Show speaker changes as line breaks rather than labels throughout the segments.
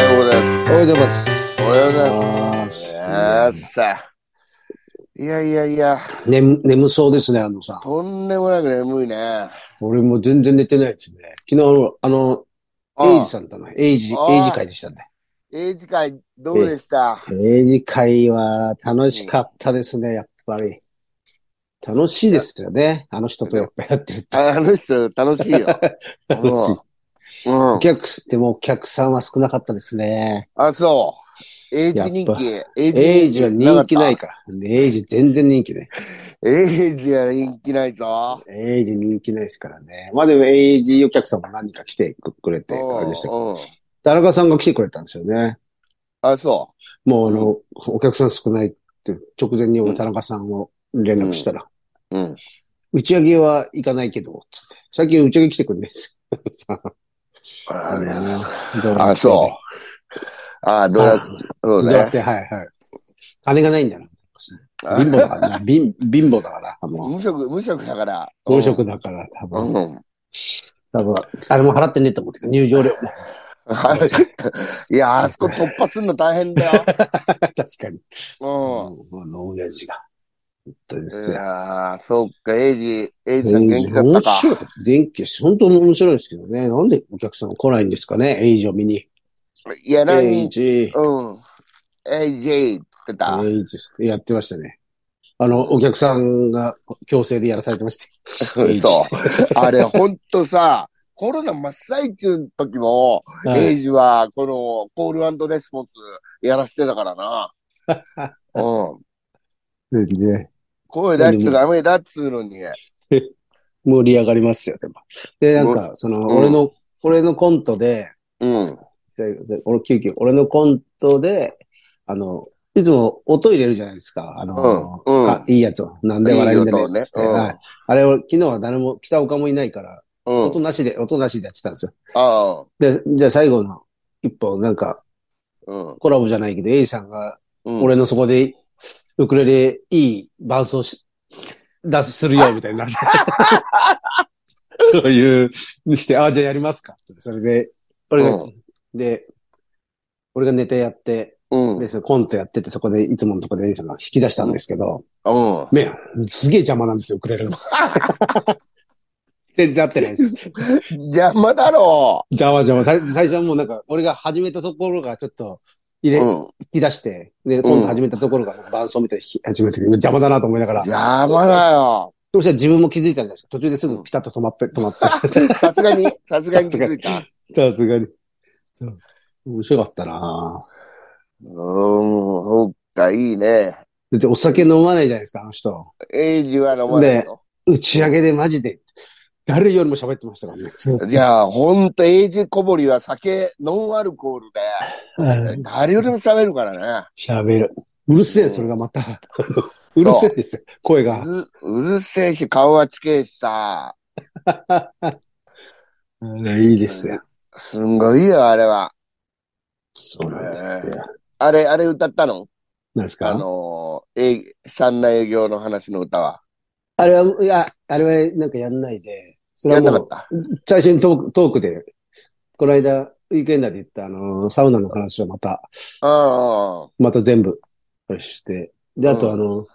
おはようござい
うございます。
ます。
あ
やっさ。いやいやいや、
眠眠そうですね、あのさん。
とんでもなく眠いね。あ
俺も全然寝てないですね。昨日、あの、エイジさんとの、エイジ、
ああ
エイジ会でしたね。
英字会どうでした
エイジ会は楽しかったですね、やっぱり。楽しいですよね。あの人とやっぱやってると。
あの人楽しいよ。
楽しい。
うん
お。客す、でもお客さんは少なかったですね。
あ、そう。英字人気。英
エイジは人気ない
い。
から。エイジ全然人気ない。
英字は人気ないぞ。
エイジ人気ないですからね。まあでもエイジお客さんも何人か来てくれて、あれでしたけど。
うんうん
田中さんが来てくれたんですよね。
あ、そ
もうあの、お客さん少ないって直前に俺田中さんを連絡したら、
う。うん。
打ち上げは行かないけど、つって。最近打ち上げ来てくれないです。さ
あれ
どう
あ、そう。あ、どうや
あ
そう
どうやっ
ね。
て、はいはい。金がないんだな。
あ
貧乏 だからな。貧貧乏だから。も
無職、無職だから。
う、公職だから、多分。
うん。
多分、あれも払ってねえと思ってた入場料も。
いや、あそこ突破するの大変だ
確かに。
よ。
うん。あの、親父が。本当で
う
す
ん。い
よ。
やーそうか、エイジ、エイジさん
面
元気だったか。
白い。電気、本当に面白いですけどね。なんでお客さん来ないんですかね、エイジを見に。
いや、なん、う
エイ
ん。
ジ、
エイジ、って言ってた。
エイジ、やってましたね。あの、お客さんが強制でやらされてま した。
そう
エイジ。
あれ、ほんとさ、コロナ真っ最中の時も、エイジは、この、コールレスポンスやらせてたからな。 うん。
全然。
声出しちゃダメだっつうのに。
盛り上がりますよ、でも。で、なんか、その、俺の、俺のコントで、
うん。
で俺、急遽、俺のコントで、あの、いつも音入れるじゃないですか。あの、
うんうん
あいいやつを。なんで笑い
い
んだ
い
ね
音をね
つって、
うん
はいあれを、昨日は誰も、北岡もいないから、
うん
音。なしで、音なしでやってたんですよ。
ああ。
で、じゃあ最後の一本、なんか、
うん。
コラボじゃないけど、エイさんが、
うん
俺のそこで、ウクレレ、いい伴奏し、出す、する よ、みたいになって。そういう、にして、あ、じゃあやりますか。それで、俺が、
う
で、俺がネタやって、
うん。
で、そのコントやってて、そこで、いつものとこでエイさんが引き出したんですけど、
うん。
め、すげえ邪魔なんですよ、ウクレレの。 全然合ってないです。
邪魔だろ
邪魔邪魔。最最初はもうなんか、俺が始めたところがちょっと、入
う。
れ、
う
引
ん。
き出して、で、今度始めたところがなんか伴奏みたいに弾き始めて、 邪魔だなと思いながら、
邪魔だよ。
そしたら自分も気づいたんじゃないですか。途中ですぐピタッと止まって、 止まって。
さすがに、さすがに気づいた。
さすがに。そう。面白かったな
うーん、そっか、いいね。
ぁだってお酒飲まないじゃないですか、あの人。
エイジは飲まないよ。
打ち上げでマジで、誰よりも喋ってましたからね。
じ ゃあ、ほんと、エイジこぼりは酒、ノンアルコール
うん
で、誰よりも喋るからね。
喋る。うるせえ、それがまた。うるせえですよ、声が。
うるうるせえし、顔はつけえしさ、
うんいいですよ。
すんごいよ、あれは。
そうなんですよ。
あれ、あれ歌ったの
何ですか
あのー、えい、悲惨な営業の話の歌は。
あれは、いや、あれはなんかやんないで、それ
や
は
んな
も
か
う
っ、た。
最初にトークトークで、この間、ウィークエンダーで言った、あの、サウナの話をまた、
あ
また全部、あれして、で、
うん
あとあの、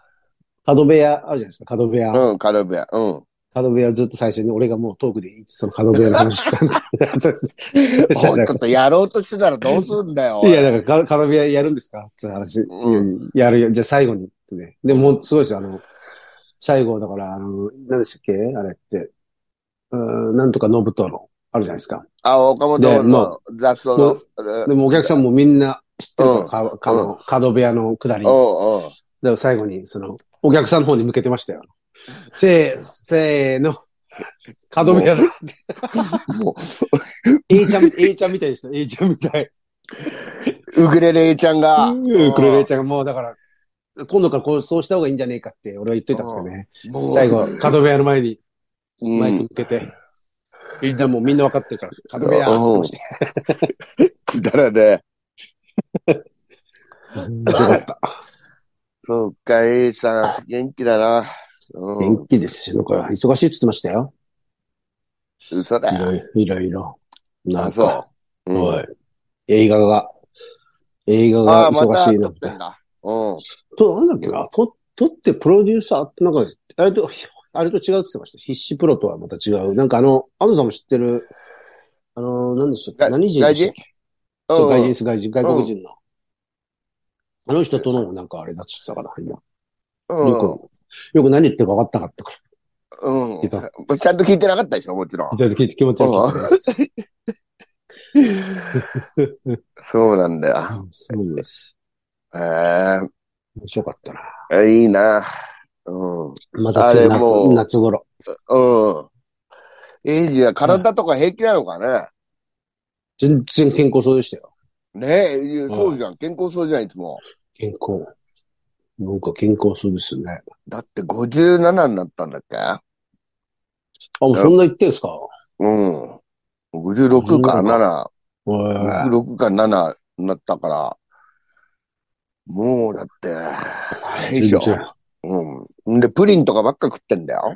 角部屋あるじゃないですか、角部屋。
あ、うん、カルビア、 うん。
角部屋ずっと最初に俺がもうトークでいいその角部屋の話したんで。 そうです
ほんととやろうとしてたらどうすんだよ。
いや、だから、か角部屋やるんですかって話。
う
やるよ。じゃあ最後にってね。でも、すごいですよ。あの、最後、だから、あの、何でしたっけあれって。うーん、なんとか信との、あるじゃないですか。
あ、岡
で
本
も
の雑草の。うん
でもお客さんもみんな知ってる
うん
から、か、かの、角部屋の下り。
うんうん。
で、最後に、その、お客さんの方に向けてましたよ。せー、せーの。角部屋だ。
も
A ちゃん、A ちゃんみたいでした。A ちゃんみたい。
う、ウクレレちゃんが。
ウクレレちゃんがもうだから、今度からこう、そうした方がいいんじゃねえかって俺は言っといたんですけどね。
もう
最後、角部屋の前に
うん
マイク向けて、みんなもうみんな分かってるから、角部屋って言ってましたよ
くだらね。
よかった。
そうか、A さん、元気だな。うん、
元気ですよ。これは忙しいって言ってましたよ。
嘘
い
だ。
ろいろ、いろいろ。な
あ、
んか、
そう。うん
はい。映画が、映画
あ
が
あ、ま
忙
た
しい
撮
な
っ
み
て
たい
ん
な。
だ。うん。
と、なんだっけな、と、撮ってプロデューサー、なんか、あれと、あれと違うって言ってました。必死プロとはまた違う。なんかあの、安藤さんも知ってる、あの、何でしたっけ
が
何人でしたっけそう、外人で
人
す、外人、外国人の。あの人との、なんかあれだっつってたから、今。よく、よく何言ってるか分かったかったから。
うん。
聞いた
うん。ちゃんと聞いてなかったでしょ、もちろん。
ちょっと聞いて気持ち悪い。
そうなんだよ。
そうです。
へえ
面白かったな。
え、いいな。うん。
また
あ
次、
れ
夏
も、う
夏頃。
うん。エイジは体とか平気なのかね。
全然健康そうでしたよ。
ねえ、そうじゃん。健康そうじゃん、いつも。
健康。なんか健康そうですね。
だって57になったんだっけ
あ、もうそんな言ってんすか
うん。56か7、
えー
56か7になったから、もうだって、大変でし
全
ょ。
然
うん。んで、プリンとかばっか食ってんだ よ。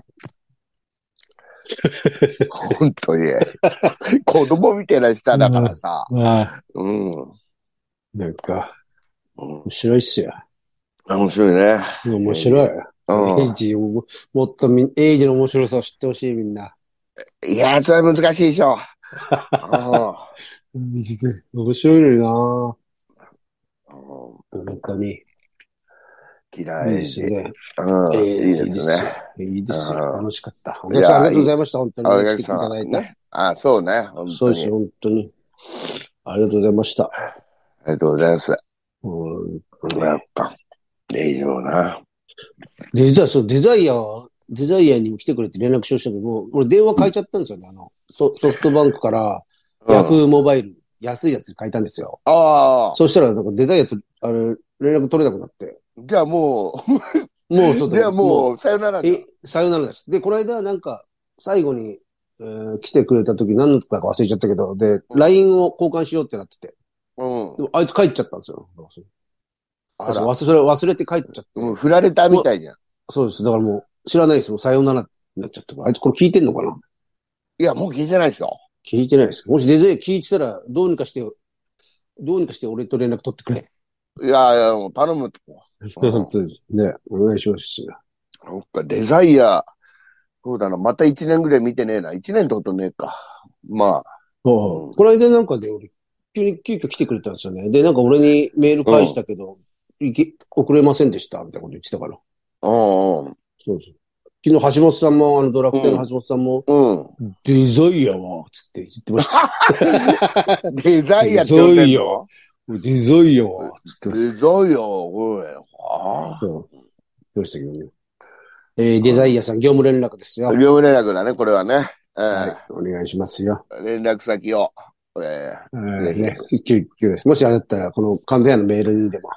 本当に。子供みたいな下だからさ。
あ
うん。うん。
ーなんか、面白いっすよ。
面白いね。
面白い。
う
エイ
ん。
ジ、ももっとみ、エイジの面白さを知ってほしい、みんな。
いや、それは難しいでし ょ。
面白いの
うんうん
にな本当に。
嫌
いい
い。
ですね。
うん。
ええ
いいですね。。
いいですよ。
うん
楽しかった。お
いや
客さんありがとうございました。本当に。
あれ
来
が
てい
さ
ただいて。
ね。あ、そうね。本
そ
当
うです
に
よ、。本当に。ありがとうございました。
ありがとうございます。
うん
やっぱ、レイジもな。
で実はそう、デザイア、デザイアにも来てくれって連絡しましたけど、俺電話変えちゃったんですよね。あの、ソソフトバンクから、
うん
ヤフーモバイル、安いやつに変えたんですよ。
ああ、
そしたら、なんかデザイアと、あれ、連絡取れなくなって。
じゃあも
もう、そう
う、じゃあも
う、
う、さよならだ。
え、さよならです。で、この間、なんか、最後に、えー来てくれた時何だったか忘れちゃったけど、で、LINE を交換しようってなってて。
うん
で。も、あいつ帰っちゃったんですよ。
あ
私
ら、
忘れ、忘れて帰っちゃって。
もう振られたみたいじゃん。
そうです。だからもう、知らないです。もう、さよならってなっちゃったから。あいつこれ聞いてんのかない
や、もう聞いてないでしょ。
聞いてないです。もしデザイア聞いてたら、どうにかして、どうにかして俺と連絡取ってく れ。
いや、いやもう頼むと。うん
本当にね、お願いします。
そっか、デザイア、そうだな、また1年ぐらい見てねえな。1年ってことねえか。まあ、
この間なんかで俺、急に急遽来てくれたんですよね。で、なんか俺にメール返したけど、いけ遅れませんでした、みたいなこと言ってたから。
うん
そうそう。昨日橋本さんも、あのドラクテの橋本さんも、
うん。う
デザイアは、つって言ってました。
ん。デザイアって呼んでん
デザイ
の
デザイアは、つってまし
デザイア、おい。
た。
あ
そう。言ってましたけどね。えーデザイアさん、業務連絡ですよ
あ。。業務連絡だね、これはね。え
はい。お願いしますよ。
え連絡先を。ええ
ええね、一級一級です。もしあれだったら、この関東屋のメールにでも。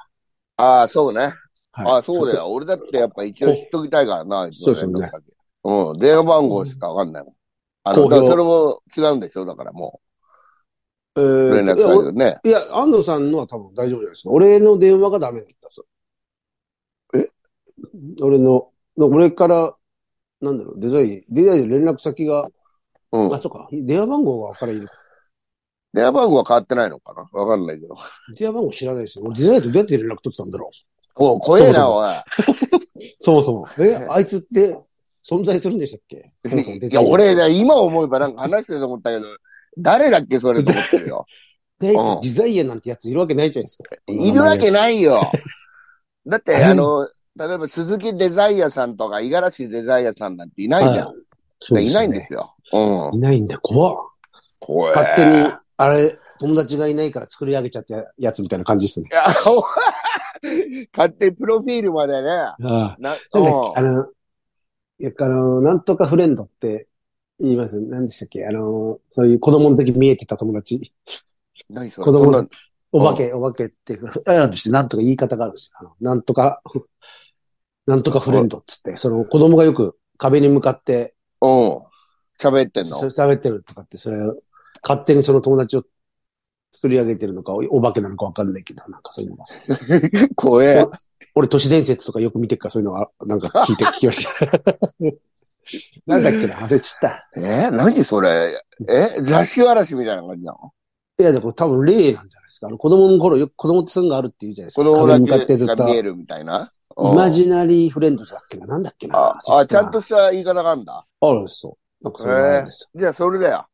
ああ、そうね。あ
はい
あ、そうだよ。俺だってやっぱ一応知っときたいからな、
そうですよね
連絡先うん、電話番号しかわかんないもん。あ
公
の、
表
だからそれも違うんでしょだからも
え
う、連
ー
絡
いや
先ね。
おいや、安藤さんのは多分大丈夫じゃないですか。俺の電話がダメだったんですよ。俺の、俺から、なんだろう、デザイン、デザインで連絡先が、
うん
あ、。そうか、電話番号がからいる。
電話番号は変わってないのかなわかんないけど。
電話番号知らないですよ。俺デザインとどうやって連絡取ってたんだろ
おう、怖え
そも
な、
そも
おい。
う。そもそも。え、あいつって存在するんでしたっけそもそもデ
い
ザ
や、
イン
俺、ね、今思えばなんか話してると思ったけど、誰だっけそれと思ってる よ。
デザイン
うん
デザイアなんてやついるわけないじゃないですか。
いるわけないよ。だって、
あれ
あの、例えば鈴木デザイアさんとか、五十嵐デザイアさんなんていないじゃん。
そうで
い
す
な
よね
いんですよ。うん。
いないんだよ、怖っ。
怖え。
勝手に、あれ、友達がいないから作り上げちゃったやつみたいな感じですね
い。や、お勝手にプロフィールまでね。
あ
な、
あ。なんだっ
うん
け、あの、いや、あの、なんとかフレンドって言います。何でしたっけあの、そういう子供の時見えてた友達。
何それ
子供
そんな
のお化け、お化けっていうか、あれなんですよなんとか言い方があるんですよ。あのなんとか、 なんとかフレンドっつって、その子供がよく壁に向かって
うん。喋ってん
そ
の。
喋ってるとかって、それ、勝手にその友達を作り上げてるのか、おお化けなのかわかんないけど、なんかそういうのが。
怖え。
俺、都市伝説とかよく見てっから、そういうのは、なんか聞いて、聞き ました。なんだっけな、忘れちった。
え何それえ座敷わらしみたいな感じなの
いや、でも多分例なんじゃないですか。あの子供の頃、よく子供ってそういうのがあるって言うじゃないです
子
か。
供
壁に向
だ
かってず
け
っ
が見え
と、
るみたいな。
イマ
ン。
ジナリーフレンドズだっけななんだっけな
あ、あ、ちゃんと。した言い方があるんだ。
あるんですよ。なんかそういうのがあるんですよ。
じゃあ、それだよ。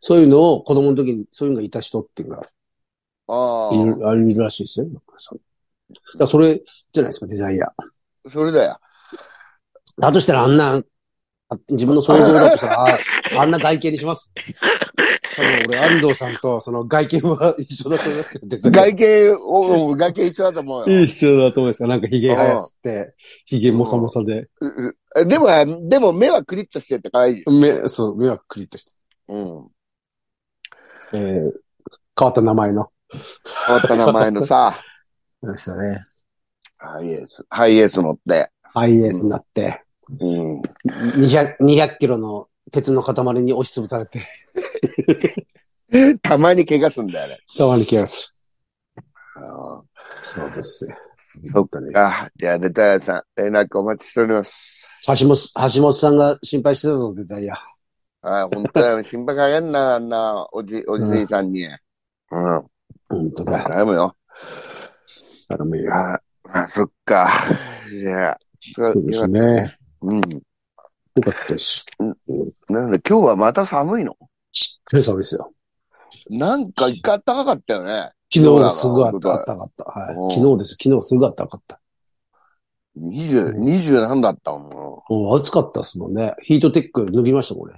そういうのを子供の時に、そういうのがいた人っていうのが
あ
いる、あるらしいですよ。なんかそうだからそれじゃないですか、デザイア。
あ、それだよ。
だとしたらあんな、あ自分の想像だとした ら、ああんな外見にします。多分俺、安藤さんとその外見は一緒だと思いますけど、別に
外形を、うん外形一緒だと思うよ。
一緒だと思いますよ。なんか髭生やして、�げもさもさで。
ううでも、でも目はクリッとしてて可愛いよ。
目、そう、目はクリッとして。
うん。
えー、変わった名前の。
変わった名前のさ、
そうですよね。
ハイエース、ハイエース乗って。
IS になって、
うん。
200、200キロの鉄の塊に押しつぶされて、
たまに怪我すんだよね。
たまに気がす
あ
る。そうです。
ーそっかね。あじゃあ、レタヤさん、連絡お待ちしております。
橋本、橋本さんが心配してたぞ、デザイア。
はい、本当だよ。心配かけんな、あんな、おじ、おじいさんに。うん。
本当だ。
頼むよ。
頼むよ。
あ、あそっか。いや、そ
そうですね。
うん。
よかったです。
なんで、今日はまた寒いの
今朝ですよ。
なんか一回暖かかったよね。
昨日がすごいあった
そう
か
だ
かった。は
うん
い。昨日です。昨日すごいあったかった。
20、20何だったもん。
もう暑かったですもんね。ヒートテック脱ぎました、これ。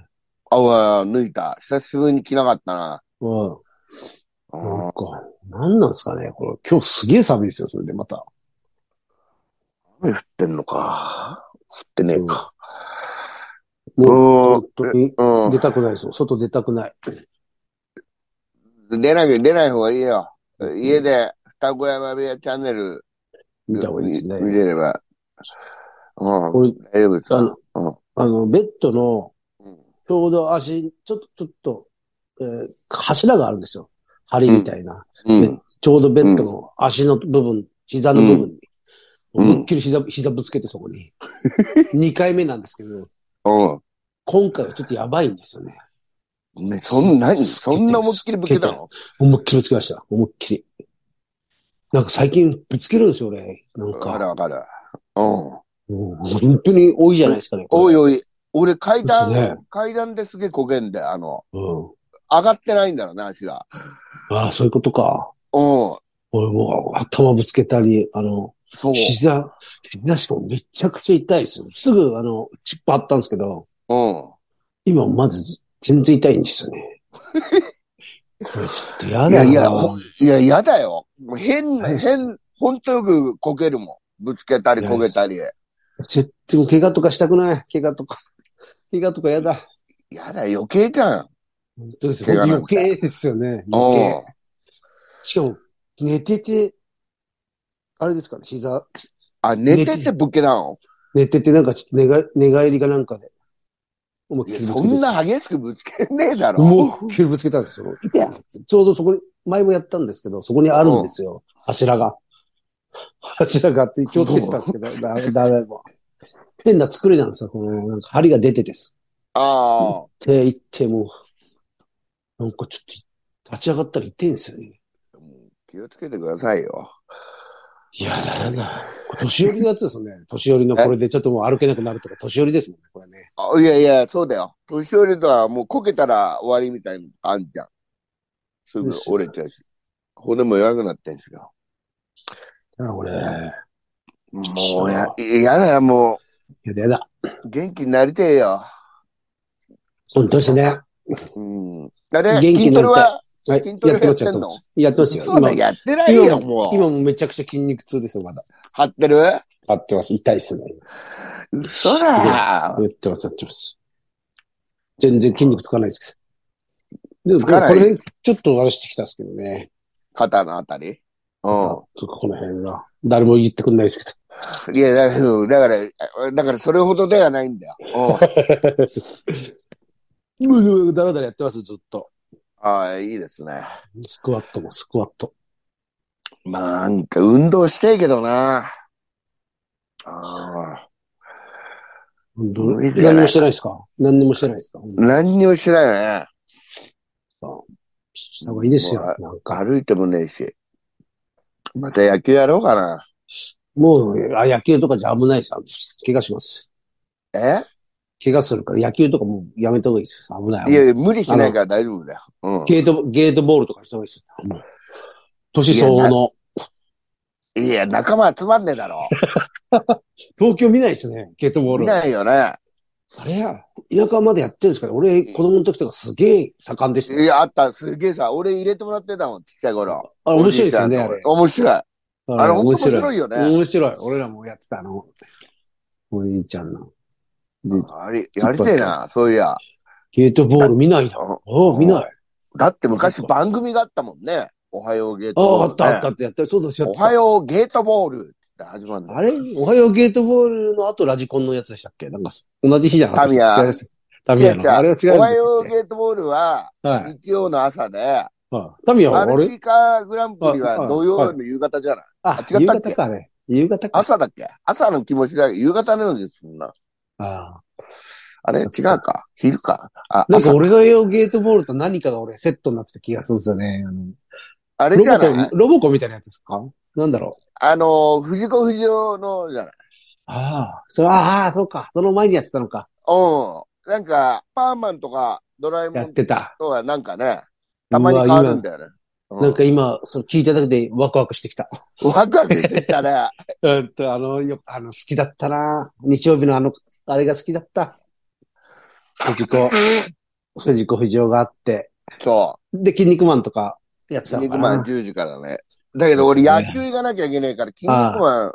あ、うわ、抜いた。久しぶりに着なかったな。
うん。
う
なんんか、なんなんですかね。これ、今日すげえ寒いですよ、それでまた。
雨降ってんのか。降ってねえか。
もう、
も
本当に
う、
出たくないですよ。外出たくない。
うん。出ない、出ない方がいいよ。家で、双子山部屋チャンネル
見た方がいいですね。
見れれば。うん。
俺、
大丈夫です
あの。あの、ベッドの、
うん
ちょうど足、ちょっと、ちょっと、えー柱があるんですよ。針みたいな。
う
で
ん。
ちょうどベッドの足の部分、膝の部分に、
うん
思いっきり膝、膝ぶつけてそ こに。2回目なんですけど、
うん。
今回はちょっとやばいんですよね。
ね、そんな、何そんな思いっきりぶけたの
思いっきりぶつけました。思いっきり。なんか最近ぶつけるんですよ、俺。なん
わか
か。
るわかる。うん。
もう本当に多いじゃないですかね。こ
お
れ
いおい、俺階段、
ですね
階段ですげえ焦げんだよ。あの、
うん。
上がってないんだろうな、足が。
ああ、そういうことか。
うん。
俺もう頭ぶつけたり、あの、
そう。
膝、膝しかもめちゃくちゃ痛いですよ。すぐ、あの、チップあったんですけど、
うん。
今、まず、全然痛いんですよね。これちょっと
い
やだな。
やいや、ほいや、やだよ。もう変な、
ナイス
変、ほんとよくこけるもん。ぶつけたりこけたり。
絶対怪我とかしたくない。怪我とか。怪我とかやだ。
やだ、余計じゃん。
本当ですよ。
怪我なん
余
て
計ですよね。
う
余計
ん。。
しかも、寝てて、あれですかね、膝、
あ、寝ててぶっけなの
寝ててなんかちょっと寝が、寝返りがなんかで。思い
い
っ
や
きりぶつ
そ
けて
んな激しくぶつけねえだろ。
思いっきりぶつけたんですよ。ちょうどそこに、前もやったんですけど、そこにあるんですよ。柱が。柱があって気をつけてたんですけど、だだめもう。変な作りなんですよ。この、なんか針が出ててです。
ああ。
手行ってもう、なんかちょっと、立ち上がったら痛いんですよね。
気をつけてくださいよ。
いやだやだ。これ年寄りのやつですよね。年寄りのこれでちょっともう歩けなくなるとか、年寄りですもんね、これね。
あいやいや、そうだよ。年寄りとはもうこけたら終わりみたいなのあんじゃん。すぐ折れちゃうし。骨も弱くなってんすよ。
だからこれ、や
もうや、やだよ、も
だやだ。
う。元気になりてえよ。
本当ですね。
うん。あれ、
元気
筋
になりたい
トレは
はい。
筋トレ
やってます、
や
や
っ
ってて
んの
ます。やってますよ。
そうだ、
今
やってないよ、
今
もう。
今もめちゃくちゃ筋肉痛ですよ、まだ。
張ってる
合ってます。痛いっすね。
嘘だ
やってます、やってます。全然筋肉つかないですけど。で
つか
も、
ない
この辺、ちょっと話してきたんですけどね。
肩のあたり。う
とか、この辺が。誰も言ってくんないですけ
ん。いや、だから、だから、だからそれほどではないんだよ。うん。
ど。 もうだらだらやってます、ずっと。
ああ、いいですね。
スクワットも、スクワット。
まあ、なんか運動してえけどな。ああ。
本当
無理だよね
何もしてないですか何にもしてないですか
何にもしないよね。
した方がいいですよ
もう。
なんか。
歩いてもねえし。また野球やろうかな。
もう、あ野球とかじゃ危ないです。怪我します。
え
怪我するから、野球とかもうやめた方がいいです。危ない。危
い
ない
やいや、無理しないから大丈夫だよ。うん。
ゲート、ゲートボールとかした方がいいです。もう年相応の。
いや、仲間集まんねえだ ろ。
東京見ないですね、ゲートボー
見
ル。
ないよね。
あれや、田舎までやってるんですかね俺、子供の時とかすげえ盛んでした
い
よ。
や、あった。すげえさ、俺入れてもらってたもん、ちっちゃい頃。
あれ面白いですよね、
お
あ
じい
れ
ち。ゃん面白い。あれ、面白いよね。
面白い。俺らもやってたあの。おじいちゃんの。で
あれ、やりてえな、そういや。
ゲートボール見ないな。
うん
ああ、見ない。
だって昔番組があったもんね。おはようゲート
あ
ボー
あ、あ
ル
っ、たあった
っ
ってやった。そうです
た
よ。
おはようゲートボールって始まるの。
あれおはようゲートボールの後ラジコンのやつでしたっけなんか、同じ日じゃなかったです
タミヤ
違
違う
います。タミヤ
違う
の。あれは違うんです
おはよう
ー
ゲートボールは
ル。はい。
日曜の朝で、
はいタミヤは
ア
あ
ル
れ
シカグランプリは土曜の夕方じゃない。
あ、
違
夕
ったっけ
方かね。夕方か。
朝だっけ朝の気持ちだけど夕方のようですもんな。
ああ
あれ違
そう
うか昼かあ、
なんか
朝
俺の用ゲートボールと何かが俺セットになってた気がするんですよね。あの
あれ
ロ
じゃ
ボ
ない
コ、ロボコみたいなやつですかなんだろう。
あの、藤子不二雄のじゃない
ああ、そう、ああ、そうか。その前にやってたのか。
うん。なんか、パーマンとか、ドラえも
やっ
ん
てた。
とか、なんかね、たまに変わるんだよね。うん
なんか今、その聞いただけでワクワクしてきた。
ワクワクしてきたね。
うんと、あの、よ、あの、好きだったな。日曜日のあの、あれが好きだった。藤子、藤子不二雄があって。
そ
で、筋肉マンとかやっ
う。
て
筋
たの
肉
か
マン
な。
10時からね。だけど俺
そうですね
野球行かなきゃいけないから、筋肉マン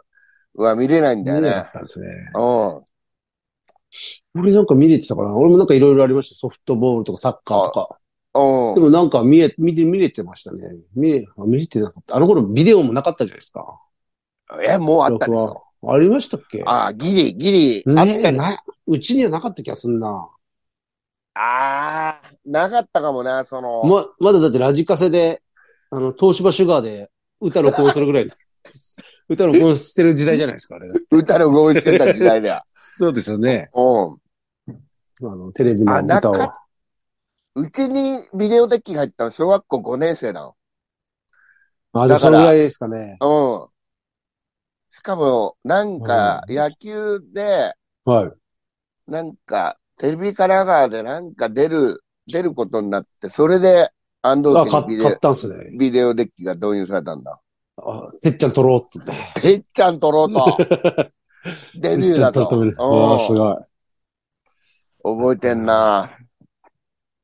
は見れないんだよ
見れな
ね
かっ。たんですね。
うん。
俺なんか見れてたかな。俺もなんかいろいろありました。ソフトボールとかサッカーとか。で
うん。
もなんか見え、見て、見れてましたね。見れ、あ見れてなかった。あの頃ビデオもなかったじゃないですか。
え、もうあったでし
録
ょ。
ありましたっけ
ああ、ギリ、ギリ、あっ
ね
た
え
ね。
な、うちにはなかった気がすんな。
ああ、なかったかもな、その。
ま、まだだってラジカセで、あの、東芝シュガーで歌録音するぐ らい、歌録音してる時代じゃないですか、あれ。
歌の合意してた時代だ
そうですよね。
よ。
あの、テレビの
あなか
歌
っ
を。
うん。うちにビデオデッキ入ったの小学校5年生なの。
あ、でも
だか
そ
ら
のぐらいですかね。
うん。しかも、なんか、野球で、
はい。
なんか、テレビ神奈川でなんか出る、出ることになって、それで、安藤
あ、
家
買
にビ
っ
デ
買
オ
ったんすね。
ビデオデッキが導入されたんだ。
あ、てっちゃん撮ろうってね。
てっちゃん取ろう と、デビューだ
てっ
と
ちゃん。撮るあーす
うん
ごい。
覚えてんな。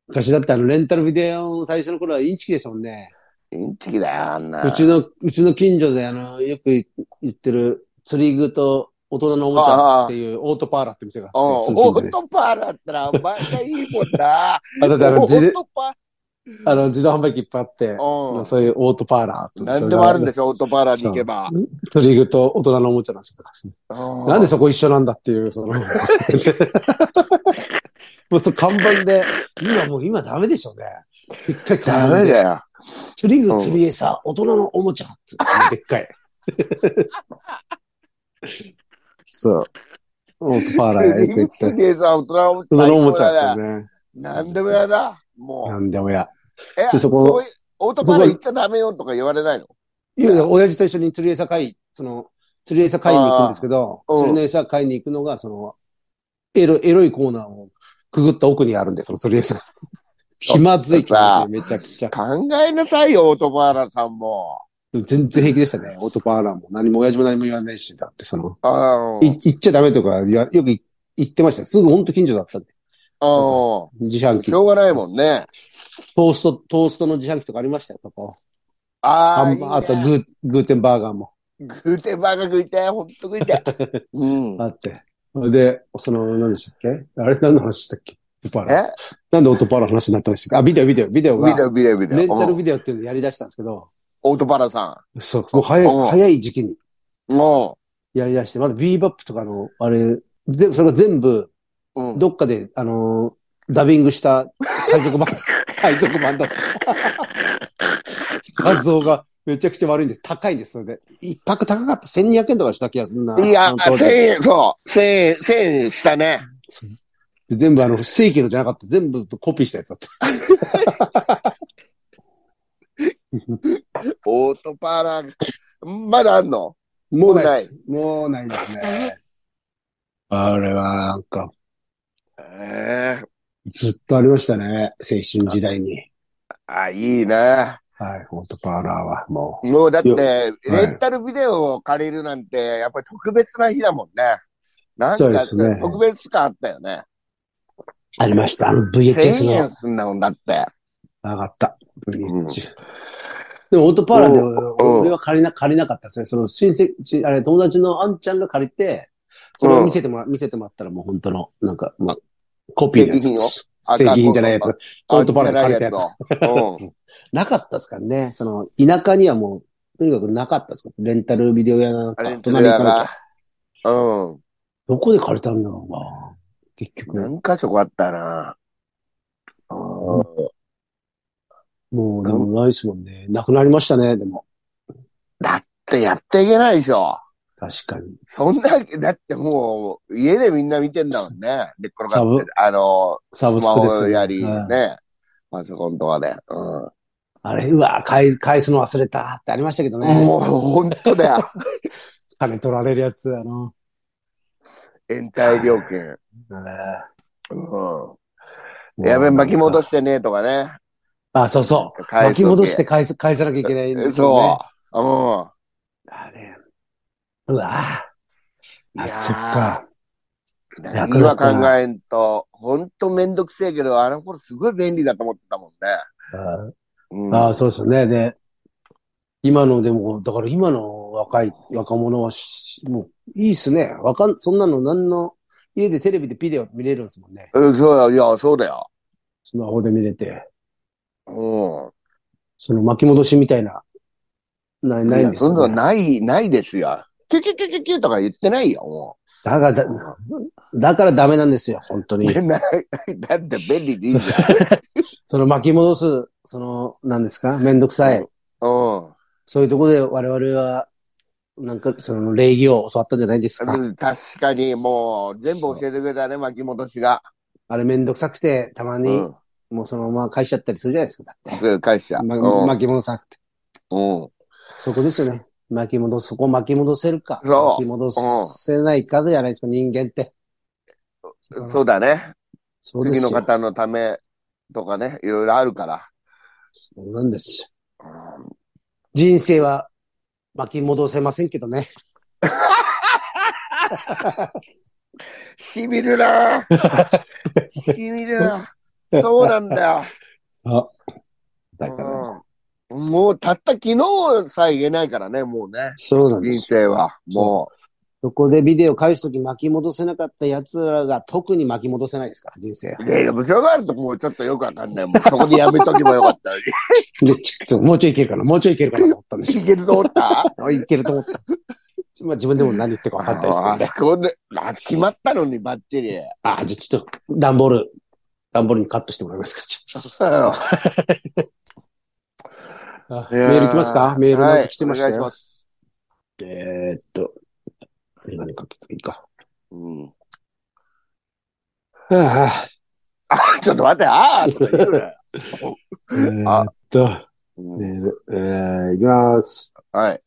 昔だってあの、レンタルビデオの最初の頃はインチキでしたもんね。
インチキだよ、あんな。
うちの、うちの近所であの、よく言ってる釣り具と大人のおもちゃっていうオートパーラって店が
うん、
あって、その
オ
近所
ー
に
トパーだったら、お前がいいもんな。
あ、 だってあの
オ
自
ー
で
トパ
あの自動販売機いっぱいあって、
ー。
そういうオートパーラー
う
と。
ん。なんでもあるんですしょ、オートパーラーに行けば。
トリグと大人のおもちゃなんですよな
なん
でそこ一緒なんだってい う、その。もうちょっと看板で、今もう今ダメでしょうね。一回
ダ
看板
メ
で。
だよ。
釣り具釣り餌、大人のおもちゃって、でっかい。そう。オートパーラーよく 行って
す。げえさ、大人のおもち
大
ゃ。
人のおもちゃですよ
ね。
ね。
なんでもやだ。も
なんでもや。
う。え、
で
そ
そ
こ
こ
ういう、オートパーラー行っちゃダメよとか言われないの
いやいや、親父と一緒に釣り餌買い、その、釣り餌買いに行くんですけど、
あーうん
釣りの餌買いに行くのが、その、エロ、エロいコーナーをくぐった奥にあるんで、その釣 り餌が。気まずい気まずい、めちゃくちゃ。
考えなさいよ、オートパーラーさんも。
全然平気でしたね。オートパーラーも何も、親父も何も言わないし、だってその、
あ
い行っちゃダメとか言わ、よくい言ってました。すぐほんと近所だったんで。
あ。うん
自販機。
し
ト
ょうがないもんね。
ースト、トーストの自販機とかありましたよ、そこ。
あ
ハ
あ、
ンバあと
いいね
グー、グーテンバーガーも
グーテンバーガー食いたい、ほんと食いたい。 うん。
あって。で、その、何でしたっけあれ何の話したっけオートパーラー
え
なんでオートパラの話になったんですかあ、ビデオ、ビデオ、ビデオ
ビデ
が、
オ、ビデオ、ビデオ。
レンタル
うん
ビデオっていうのをやり出したんですけど、
オートパラさ
そう、もう早い、
うん
早い時期に
ん。も
やり出して、まだビーバップとかの、あれ、全部、それが全部、
うん。
どっかで、あのーダビングした海 賊版、海賊版だった。画像がめちゃくちゃ悪いんです。高いんです、それで。一泊高かった1200円とかした気がするな。
いや、
本当
1000
で
円、そう、1000円、1000円したね。
で全部あの、正規のじゃなかった。全部コピーしたやつだった。
オートパラ、まだあんの
もうないです。もうないですね。あれは、なんか、
ええ
ずっとありましたね。青春時代に。
あ、いいね。
はい、オートパーラーは、も
もうだって、
よ
レ
はい
ンタルビデオを借りるなんて、やっぱり特別な日だもんね。なん
そうで
か、
すね
特別感あったよね。
う。ありました。あの
1000
VHS の。
円すんだもんだって。
上がった。
ん
VHS。でも、オートパーラーで、
うん
俺は借りな、借りなかったですね。その親戚、あれ、友達のあんちゃんが借りて、それを見せてもら、見せてもらったらもう本当の、なんか、まあ、コピーのやつ
正規品を
です。正義品じゃないやつ。オートパーラーで借りたやつ。
あんじゃないやつを
なかったですからね。その、田舎にはもう、とにかくなかったですから。レンタルビデオ屋なん
あ
か、
れ、
隣行かなきゃ
うん。
どこで借りたんだろうな。結局。
何箇所かあったな。うん
もう、でもないですもんね。なくなりましたね、でも。
だってやっていけないでしょ。
確かに。
そんな、だってもう、家でみんな見てんだもんね。でっころが
サブ
って、あの、
サブ
ス
ス
マ
クです
ホ
よ
やり、
はい
ね。パソコンとかで。うん。
あれ、うわ、返返すの忘れたってありましたけどね。
もう、ほんとだよ。
金取られるやつ、あの。
延滞料金。うん。やべ、巻き戻
し。
してね、とかね。
あ、そうそう。
返す
巻き
とき
戻して返す、返さなきゃいけないんですよ、
そう。うん。
ね。あれ。うわ
いや
あ、
ー
そっか。なくな
今
ったな
考えんと、ほんとめんどくせえけど、あの頃すごい便利だと思ってたもんね。うん、
ああ、そうですよね。で、今のでも、だから今の若い、若者はし、もう、いいっすね。わかん、そんなの何の、家でテレビでビデオ見れるんですもんね。
うん、そうよ、いや、そうだよ。
スマホで見れて。
う
その巻き戻しみたいな、ない、
ん。
ないんです
そんな
よ、
の
ね。
ない、ないですよ。キュキュキュキュキュとか言ってないよ、も
だから、だ
う。
だからダメなんですよ、本当に。
ね ないだって便利でいいじゃん。
その巻き戻す、その、何ですかめんどくさい。
うん
そういうところで我々は、なんか、その礼儀を教わったじゃないですか。
うん。確かに、もう、全部教えてくれたね、巻き戻しが。
あれめんどくさくて、たま
う
に、
ん。
もうそのまま返しちゃったりするじゃないですか。だって。
そう、会社。
ま
うん
巻き戻さなくて。
うん。
そこですよね。巻き戻す、そこを巻き戻せるか。
そう
巻き戻せないかじゃないですか、人間って。
そうだね。
そうで
次
すよ
の。方のためとかね、いろいろあるから。
そうなんですよ。
うん
人生は巻き戻せませんけどね。
しみるな ぁしみるなぁそうなんだよ。
あ、
うんもうたった昨日さえ言えないからね、もうね。
そうなんで
人
す。
生は。も
そこでビデオ返すとき巻き戻せなかった奴らが特に巻き戻せないですから、人生
う。で、でもしょうがあるともうちょっとよくわかんない。も うそこでやめとけばよかったのに。
で、ちょっと、もうちょいいけるかな、もうちょいいけるかなと思ったんで す
いけると思 った
よ。いけると思った。まあ自分でも何言ってるか分かんないですけど
あ
ね。
そこで、あ決まったのにばっちり。
ああ、じゃあちょっと、段ボール、段ボールにカットしてもらえますかちょっ
メ
とあメール来ますかメールなんか来てましたよ。えーっと、何かいいか。
うん、
は
あ、 ちょっと待って、あーとか言う なよ
あ、えーっと、
う
メ
ん
ール、えー、いきます。
はい。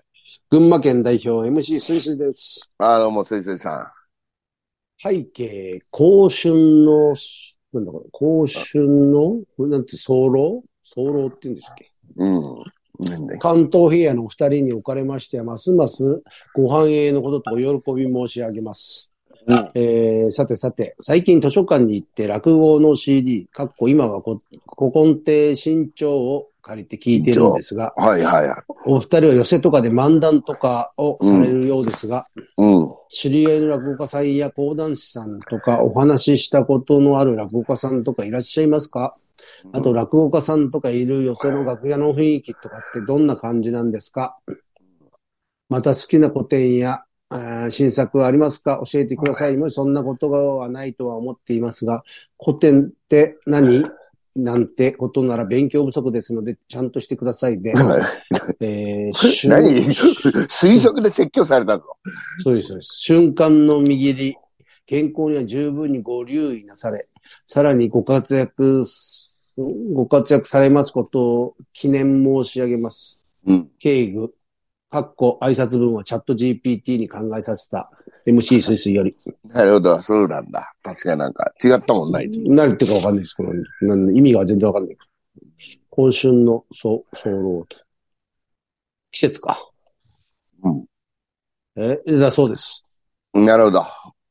群馬県代表 MC すいすいです。
あ、どうも、すいすいさん。
背景、高春の、なんだこれ、高春の、これなんて、早漏早漏って言うんですっけ
うん。なんだっけ
関東平野のお二人におかれましては、ますますご繁栄のこととお喜び申し上げます。
うん
えーさてさて、最近図書館に行って落語の CD、かっこ今はこ古今亭新潮を借りて聞いてるんですが、
はいはいはい。
お二人は寄せとかで漫談とかをされるようですが、
うん。、
知り合いの落語家さんや講談師さんとか、お話ししたことのある落語家さんとかいらっしゃいますかあと、落語家さんとかいる寄席の楽屋の雰囲気とかってどんな感じなんですかまた好きな古典や、えー新作はありますか教えてください。もしそんなことはないとは思っていますが、古典って何なんてことなら勉強不足ですので、ちゃんとしてくださいで。えー
何推測で説教されたぞ。
そうです、そうです。瞬間の見切り、健康には十分にご留意なされ、さらにご活躍すご活躍されますことを記念申し上げます。
うん。
敬具、かっこ挨拶文はチャット GPT に考えさせた MC スイスイより。
なるほど、そうなんだ。確かなんか違ったもんない。
何言ってるかわかんないですけど、なん意味が全然わかんない。今春のそう、早漏と。季節か。
うん。
え、だそうです。
なるほど。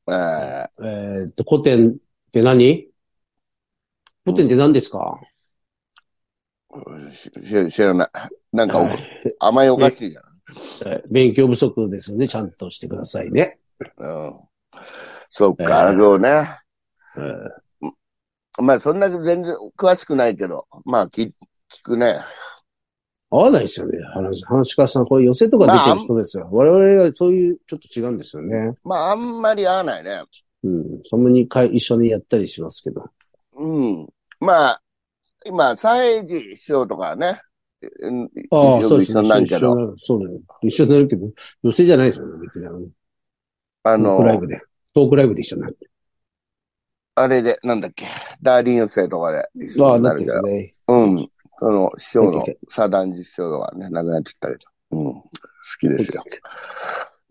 え
えーっと、古典って何古典って何ですか、
ーしし知らない。なんかお
はい
甘いお菓子じゃん。
えー勉強不足ですよね。ちゃんとしてくださいね。
うん。そっ
え
か、
ー
そうね。
えー
まあ、そんな全然詳しくないけど、まあ、聞聞くね。
合わないですよね。話、話し方さん、これ寄せとか出てる人ですよ。我々はそういう、ちょっと違うんですよね。
まあ、あんまり合わないね。
うん。そんなにか一緒にやったりしますけど。
うん。まあ、今、三平寺師匠とかね。うん
あ
よ
あ、
く
そうですね。
一緒になるけど
一緒になる。そうだよ。一緒になるけど、寄せじゃないですよね、別に。あの、
あ
トークライ
の、
ブで。トークライブで一緒になる。
あれで、なんだっけ、ダーリン生とかで一
あ
緒
あ、
に
な
な
っ
る
て
け
で
ど
すね。
うん。その、師匠の
オッケー
左段実師匠とかね、亡くなっちゃったけど。うん。好きですよ。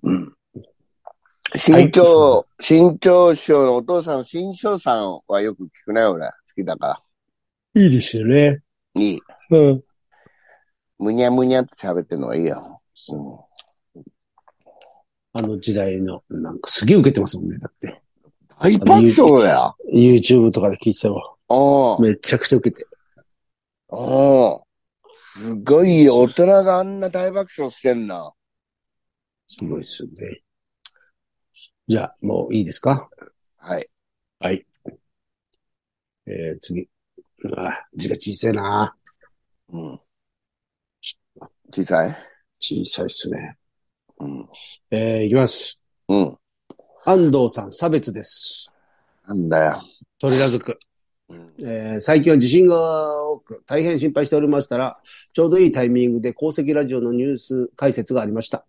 うん。新潮、新潮師匠のお父さんの新潮さんはよく聞くね、俺。好きだから。
いいですよね。
いい。
うん。
むにゃむにゃって喋ってるのがいいよ。うん。
あの時代の、なんかすげえ受けてますもんね。だって。
大爆笑だよ。
YouTube とかで聞いてたわ。
おう
めちゃくちゃ受けて。
おうすごいよ。大人があんな大爆笑してんな。
すごいですよね。じゃあ、もういいですか
はい。
えー、次。うわ、字が小さいな
うん。小さい
小さいっすね。
うん。
えー、いきます。
うん。
安藤さん、差別です。
なんだよ。
鳥らずく。
うん
えー最近は地震が多く、大変心配しておりましたら、ちょうどいいタイミングで鉱石ラジオのニュース解説がありました。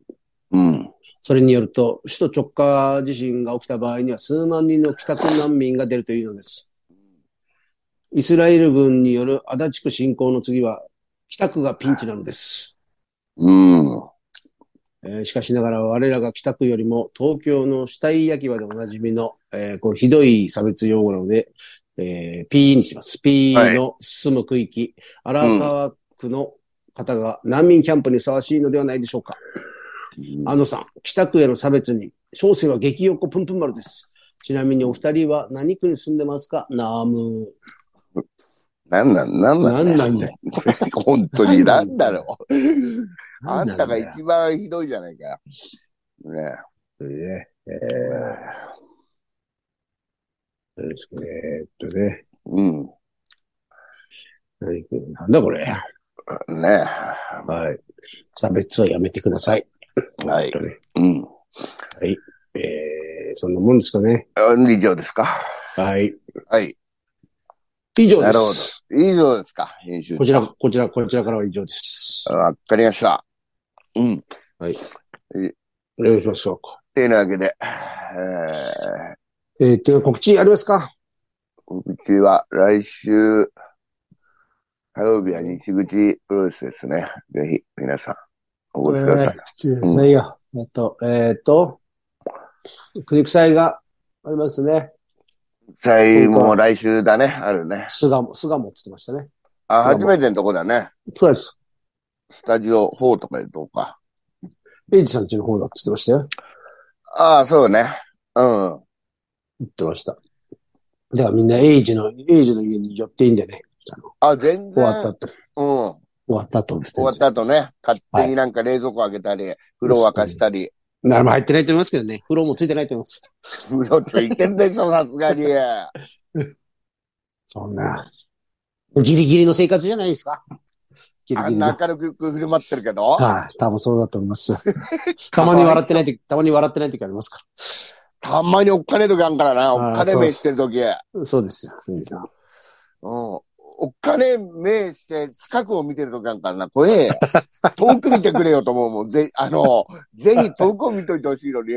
うん。
それによると、首都直下地震が起きた場合には数万人の帰宅難民が出るというのです。イスラエル軍による足立区侵攻の次は、帰宅がピンチなのです。
うん。
えーしかしながら我らが北区よりも東京の死体焼き場でおなじみの、えーこのひどい差別用語なので、えー、P にします。P
はい
の住む区域、荒川区の方が難民キャンプにふさわしいのではないでしょうか。あのさん、北区への差別に、小生は激横プンプン丸です。ちなみにお二人は何区に住んでますかナーム。
なんなん、なんなんだよ。
なんなんだよ
本当に、なんだろう。あんたが
なんだ
一番ひどいじゃないかよ。ね
よね
え。
えー何ですかねえーっとね、
うん。
何区なんだこれ。
ね
はい。差別はやめてください。
え。はい。うん。
えー、そんなもんですかね。
うん以上ですか。
はい。
はい。
以上
な
で
るほ
す。
ど。以上ですか。編集
こちら、こちら、こちらからは以上です。
わかりました。うん。
お願いしましょうか。
てなわけで、えー、
えー、という告知ありますか
うちは来週、火曜日は西口プロレスですね。ぜひ、皆さん、お越しください。
えー口ですねいやえっと、えーっと、国臭いがありますね。
最後も来週だね。あるね。
巣鴨、巣鴨って言ってましたね。
あ、
どう
初
も
めてのとこだね。
そうです。
スタジオ4とかでどうか。
エイジさんちの方だって言ってましたよ。
ああ、そうね。うん。
言ってました。だからみんなエイジの、エイジの家に寄っていいんでね。
あ、全然。
終わったと。終
うん。終
わったと。終
わった後ね、勝手になんか冷蔵庫開けたり、風呂沸かしたり、
なるも入ってないと思いますけどね。風呂もついてないと思います。
風呂ついてるで しょ、さすがに。
そんな。ギリギリの生活じゃないですか。ギリ
あ
ギリ
ん
の。
な
は
明るく振る舞ってるけど、
い、多分そうだと思います。たまに笑ってない 時、たまに笑ってない時ありますか
たまにおっかねえ時あんからな、おっかねえ目してる時。
ら。そうですよ、エイジさ ん。
うん。おっかねえ目して近くを見てる時あんからな、こ れ、遠く見てくれよと思うもん。ぜ、あの、ぜひ遠くを見といてほしいのに、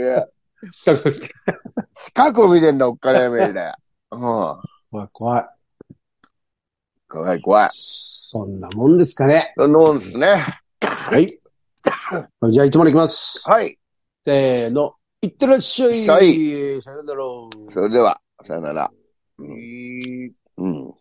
近くを見てんだ、おっかねえ目で。うん。
怖い、怖い。
こ怖い怖い。
そんなもんですかね。
そんなもんですね。
はい。じゃあ、いつものいきます。
はい。
せーの。いってらっしゃい。
はい
さよなら。
それでは、さよなら。
えー
うん。